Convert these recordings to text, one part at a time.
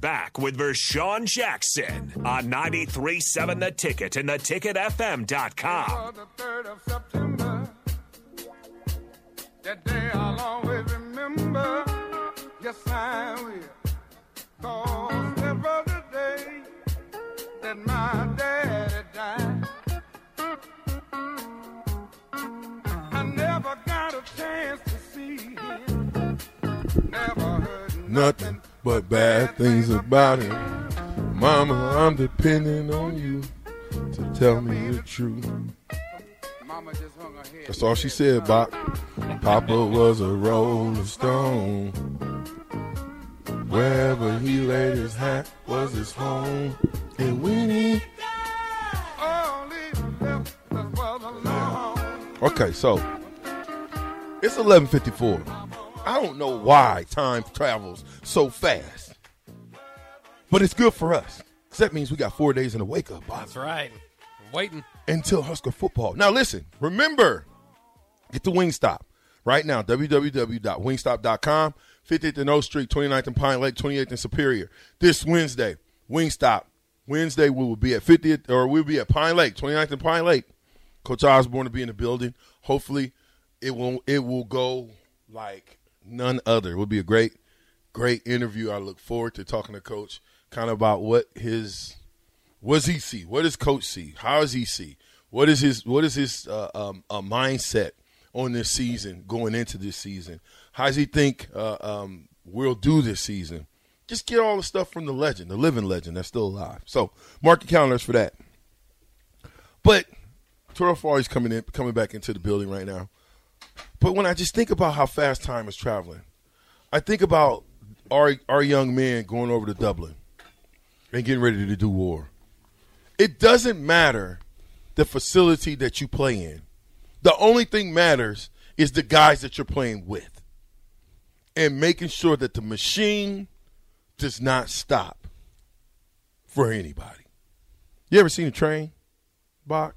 Back with Vershawn Jackson on 93.7 The Ticket and theticketfm.com. the third of September. That day I'll always remember. Yes, I will. Cause it was the day that my daddy died. I never got a chance to see him. Never heard Nothing but bad things about him. Mama, I'm depending on you to tell me the truth. Mama just hung her head. That's all she said, Bop. Papa was a rolling stone. Wherever he laid his hat was his home. And Winnie. Only left us was alone. Okay, so it's 11:54. I don't know why time travels so fast, but it's good for us. 'Cause that means we got four days in the wake up box That's right. waiting. until Husker football. Now, listen, remember, get the Wingstop right now. www.wingstop.com. 50th and O Street, 29th and Pine Lake, 28th and Superior. This Wednesday, Wingstop. Wednesday, we will be at 50th, or we'll be at Pine Lake, 29th and Pine Lake. Coach Osborne will be in the building. Hopefully, it will it will go like none other. It will be a great, great interview. I look forward to talking to Coach kind of about what his what does he see? What does coach see? How does he see? What is his what is his uh, um, uh, mindset on this season going into this season? How does he think uh, um, we'll do this season? Just get all the stuff from the legend, the living legend that's still alive. So mark your calendars for that. But Toro Fari's coming in, coming back into the building right now. But when I just think about how fast time is traveling, I think about our our young men going over to Dublin and getting ready to do war. It doesn't matter the facility that you play in. The only thing matters is the guys that you're playing with and making sure that the machine does not stop for anybody. You ever seen a train, Bach?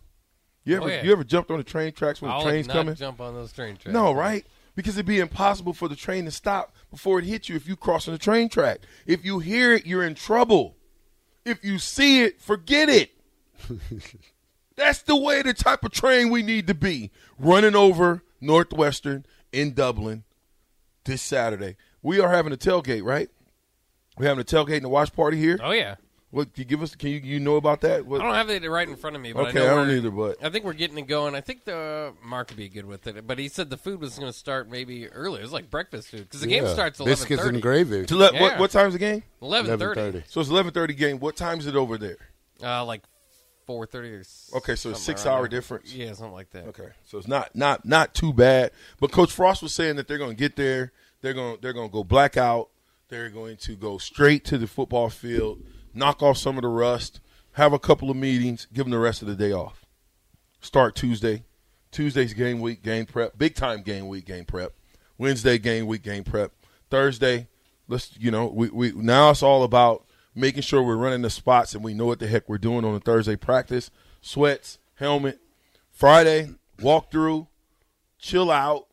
You ever Oh, yeah. you ever jumped on the train tracks when I the would train's not coming? jump on those train tracks. No, right? Because it'd be impossible for the train to stop before it hits you if you crossing the train track. If you hear it, you're in trouble. If you see it, forget it. That's the way the type of train we need to be. Running over Northwestern in Dublin this Saturday. We are having a tailgate, right? We're having a tailgate and a watch party here. Oh yeah. What can you give us can you you know about that? What, I don't have it right in front of me. But Okay, I, know I don't we're- either, but- I think we're getting it going. I think the uh, Mark would be good with it, but he said the food was going to start maybe earlier. It was like breakfast food because the game Yeah. starts eleven Biscuits and thirty. gravy. to let, what Yeah. what time's the game? Eleven thirty, 11:30. So it's eleven thirty game. What time is it over there? uh, like four thirty or s- Okay, so it's something six around hour there. difference. Yeah, something like that. Okay, so it's not not not too bad. But Coach Frost was saying that they're going to get there. They're going they're going to go blackout. They're going to go straight to the football field, knock off some of the rust, have a couple of meetings, give them the rest of the day off. Start Tuesday. Tuesday's game week, game prep, big time game week, game prep. Wednesday game week, game prep. Thursday, let's you know we, we now it's all about making sure we're running the spots and we know what the heck we're doing on a Thursday practice. Sweats, helmet, Friday, walk through, chill out,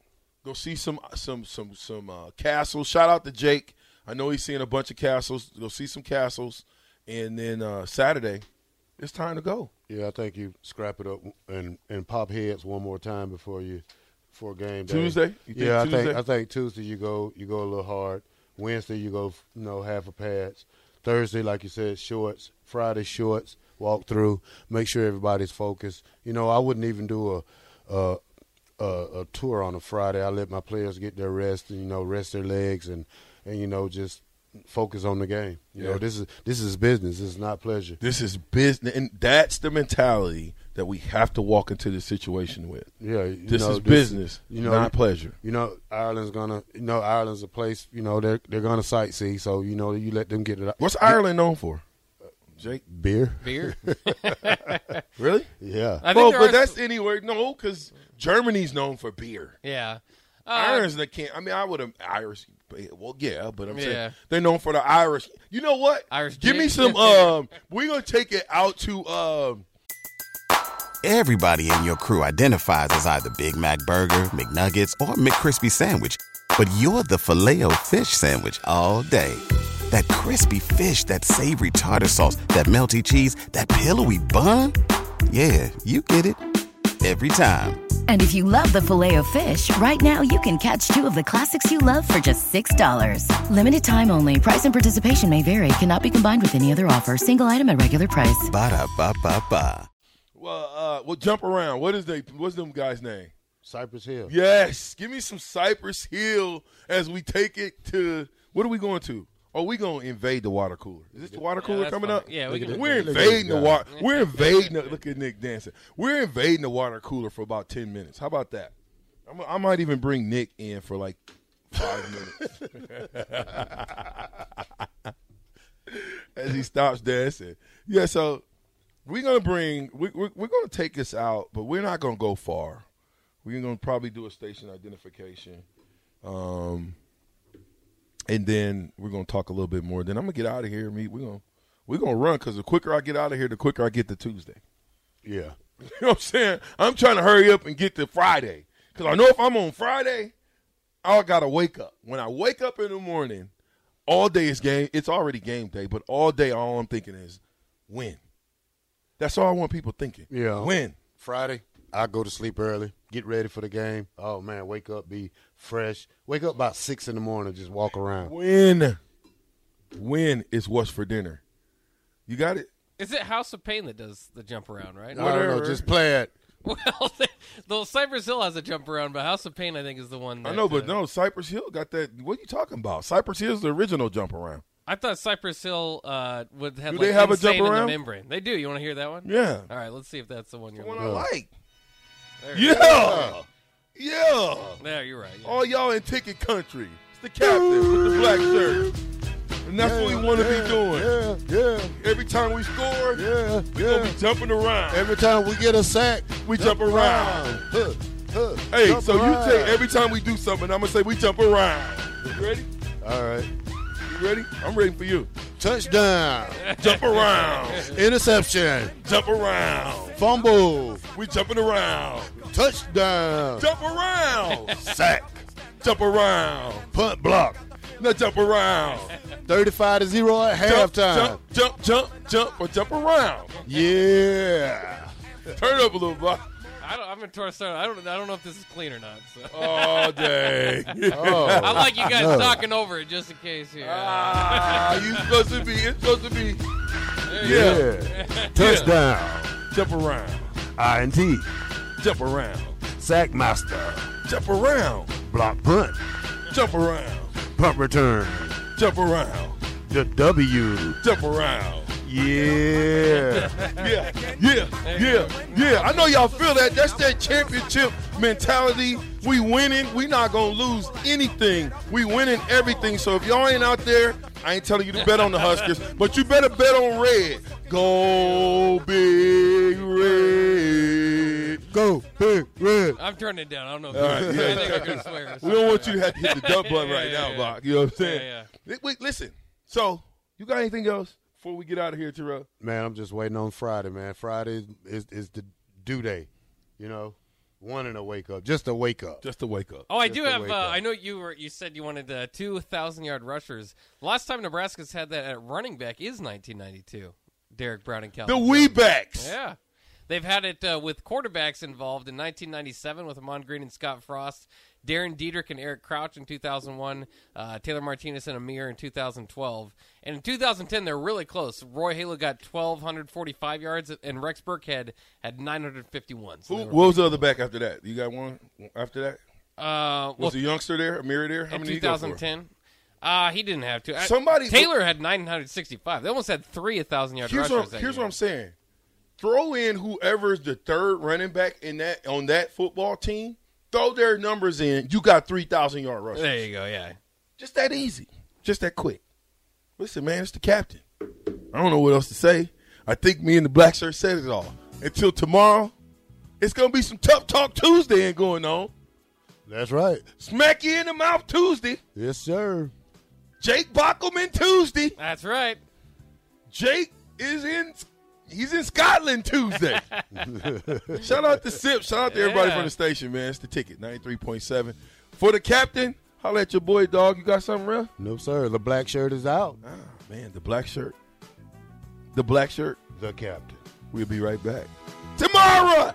go see some some some some uh, castles. Shout out to Jake. I know he's seeing a bunch of castles. Go see some castles, and then uh, Saturday, it's time to go. Yeah, I think you scrap it up and and pop heads one more time before you for game day. Tuesday? You think yeah, I Tuesday? think I think Tuesday you go you go a little hard. Wednesday you go you know half a pads. Thursday, like you said, shorts. Friday shorts. Walk through. Make sure everybody's focused. You know, I wouldn't even do a a, a, a tour on a Friday. I let my players get their rest and you know rest their legs and and you know just focus on the game. You Yeah. know, this is this is business. This is not pleasure. This is business, and that's the mentality that we have to walk into this situation with. Yeah, you This know, is business, you know, not pleasure. You know, Ireland's gonna. You know, Ireland's a place. You know, they're they're gonna sightsee. So you know, you let them get it. out. What's Ireland known for? Jake, Beer. Beer. really? Yeah. I Well, think there but are that's some- anywhere. No, because Germany's known for beer. yeah. Uh, Ireland's the can't. I mean, I would have Irish. Well, yeah, but I'm Yeah. saying they're known for the Irish. You know what? Irish Give me gin. some. Um, we're gonna take it out to. Um, Everybody in your crew identifies as either Big Mac Burger, McNuggets, or McCrispy Sandwich. But you're the filet fish Sandwich all day. That crispy fish, that savory tartar sauce, that melty cheese, that pillowy bun. Yeah, you get it. Every time. And if you love the filet of fish, right now you can catch two of the classics you love for just $6. Limited time only. Price and participation may vary. Cannot be combined with any other offer. Single item at regular price. Ba-da-ba-ba-ba. well, uh, we'll jump around. What is they? What's them guys' name? Cypress Hill. Yes, give me some Cypress Hill as we take it to. What are we going to? Are we going to invade the water cooler? Is this the water cooler that's coming fine. up? Yeah, we can- we're look at invading the this guy. water. We're invading. The, look at Nick dancing. We're invading the water cooler for about ten minutes. How about that? I'm, I might even bring Nick in for like five minutes as he stops dancing. Yeah, so we're gonna bring. We, we, we're gonna take this out, but we're not gonna go far. We're gonna probably do a station identification. Um, and then we're gonna talk a little bit more. Then I'm gonna get out of here. Me, we're gonna we're gonna run because the quicker I get out of here, the quicker I get to Tuesday. Yeah. You know what I'm saying? I'm trying to hurry up and get to Friday because I know if I'm on Friday, I gotta wake up. When I wake up in the morning, all day is game. It's already game day, but all day, all I'm thinking is win. That's all I want people thinking. Yeah. win. Friday, I go to sleep early, get ready for the game. Oh man, wake up, be fresh. Wake up about six in the morning, just walk around. Win. Win is what's for dinner. You got it? is it House of Pain that does the jump around, right? I don't Whatever. know, just play it. Well, they, the Cypress Hill has a jump around, but House of Pain, I think, is the one. That, I know, but uh, no, Cypress Hill got that. What are you talking about? Cypress Hill's the original jump around. I thought Cypress Hill uh, would have. Do like, they have a Insane jump in the around? membrane. They do. You want to hear that one? Yeah. All right, let's see if that's the one you're. One I looking like. for. There, Yeah. Yeah. there, you're right. yeah. All y'all in ticket country. It's the captain with the black shirt. And that's what we want to be doing. Yeah, yeah, Every time we score, yeah, we yeah. going to be jumping around. Every time we get a sack, we jump, around. Huh, huh, Hey, jump so around. you say every time we do something, I'm going to say we jump around. You ready? All right. You ready? I'm ready for you. Touchdown, Jump around. interception, jump around. fumble, We jumping around. touchdown, Jump around. sack, jump around. punt block, Now jump around. 35 to 0 at Jump, halftime. jump, jump, jump, jump, or jump around. Yeah. Turn up a little bit I don't, I'm in Torso. I don't. I don't know if this is clean or not. So. Oh. all day. I Oh, like you guys talking over it just in case here. Ah, you supposed to be. It's supposed to be. Yeah. yeah. Touchdown. Jump around. INT. Jump around. Sack master. Jump around. Block punt. Jump around. Punt return. Jump around. The W. Jump around. Yeah. Yeah, yeah, yeah, yeah. I know y'all feel that. That's that championship mentality. We winning. We not gonna lose anything. We winning everything. So if y'all ain't out there, I ain't telling you to bet on the Huskers, but you better bet on red. Go big red. Go big red. I'm turning it down. I don't know. If right, Uh, yeah. I think I can swear. We don't want you to have to hit the dump button right Yeah, yeah, now, yeah. Bach. You know what I'm saying? Yeah, Li- Wait, listen. So you got anything else before we get out of here, Terrell? Man, I'm just waiting on Friday, man. Friday is, is, is the due day, you know? Wanting to wake up. Just a wake up. Just to wake up. Oh, I do the have. wake Uh, up. I know you were. You said you wanted uh, two thousand yard rushers. Last time Nebraska's had that at running back is 1992. Derek Brown and Calvin. The Johnson. wee backs. Yeah. They've had it uh, with quarterbacks involved in 1997 with Amon Green and Scott Frost, Darren Dietrich and Eric Crouch in 2001, uh, Taylor Martinez and Amir in 2012. And in 2010, they're really close. Roy Halo got 1,245 yards, and Rex Burkhead had 951. So Who, they were- what was the other back after that? You got one after that? uh, well, Was a youngster there, a mirror there? How in many did he go for? 2010. Uh, he didn't have to. I- Somebody- Taylor had 965. They almost had three 1,000 yard Here's rushers. what, that here's year. what I'm saying. Throw in whoever's the third running back in that on that football team. Throw their numbers in. You got three thousand yard rushers. There you go, yeah. Just that easy. Just that quick. Listen, man, it's the captain. I don't know what else to say. I think me and the black shirt said it all. Until tomorrow, it's gonna be some tough talk Tuesday and going on. That's right. Smack you in the mouth Tuesday. Yes, sir. Jake Bockelman Tuesday. That's right. Jake is in. He's in Scotland Tuesday. shout out to Sip. Shout out to everybody Yeah. from the station, man. It's the ticket, ninety-three point seven. For the captain, holla at your boy, dog. You got something real? No, sir. The black shirt is out. Ah, man, the black shirt. The black shirt. The captain. We'll be right back tomorrow.